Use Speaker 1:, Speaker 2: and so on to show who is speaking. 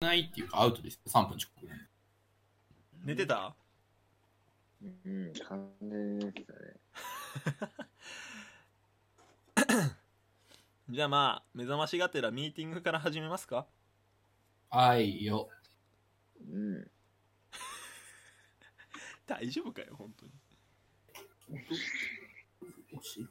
Speaker 1: ないっていうかアウトです3分遅刻
Speaker 2: 寝てた
Speaker 3: うん、完全ですね。
Speaker 2: じゃあまあ目覚ましがてらミーティングから始めますか
Speaker 1: はいよ
Speaker 3: うん。
Speaker 2: 大丈夫かよ本当に
Speaker 1: おしい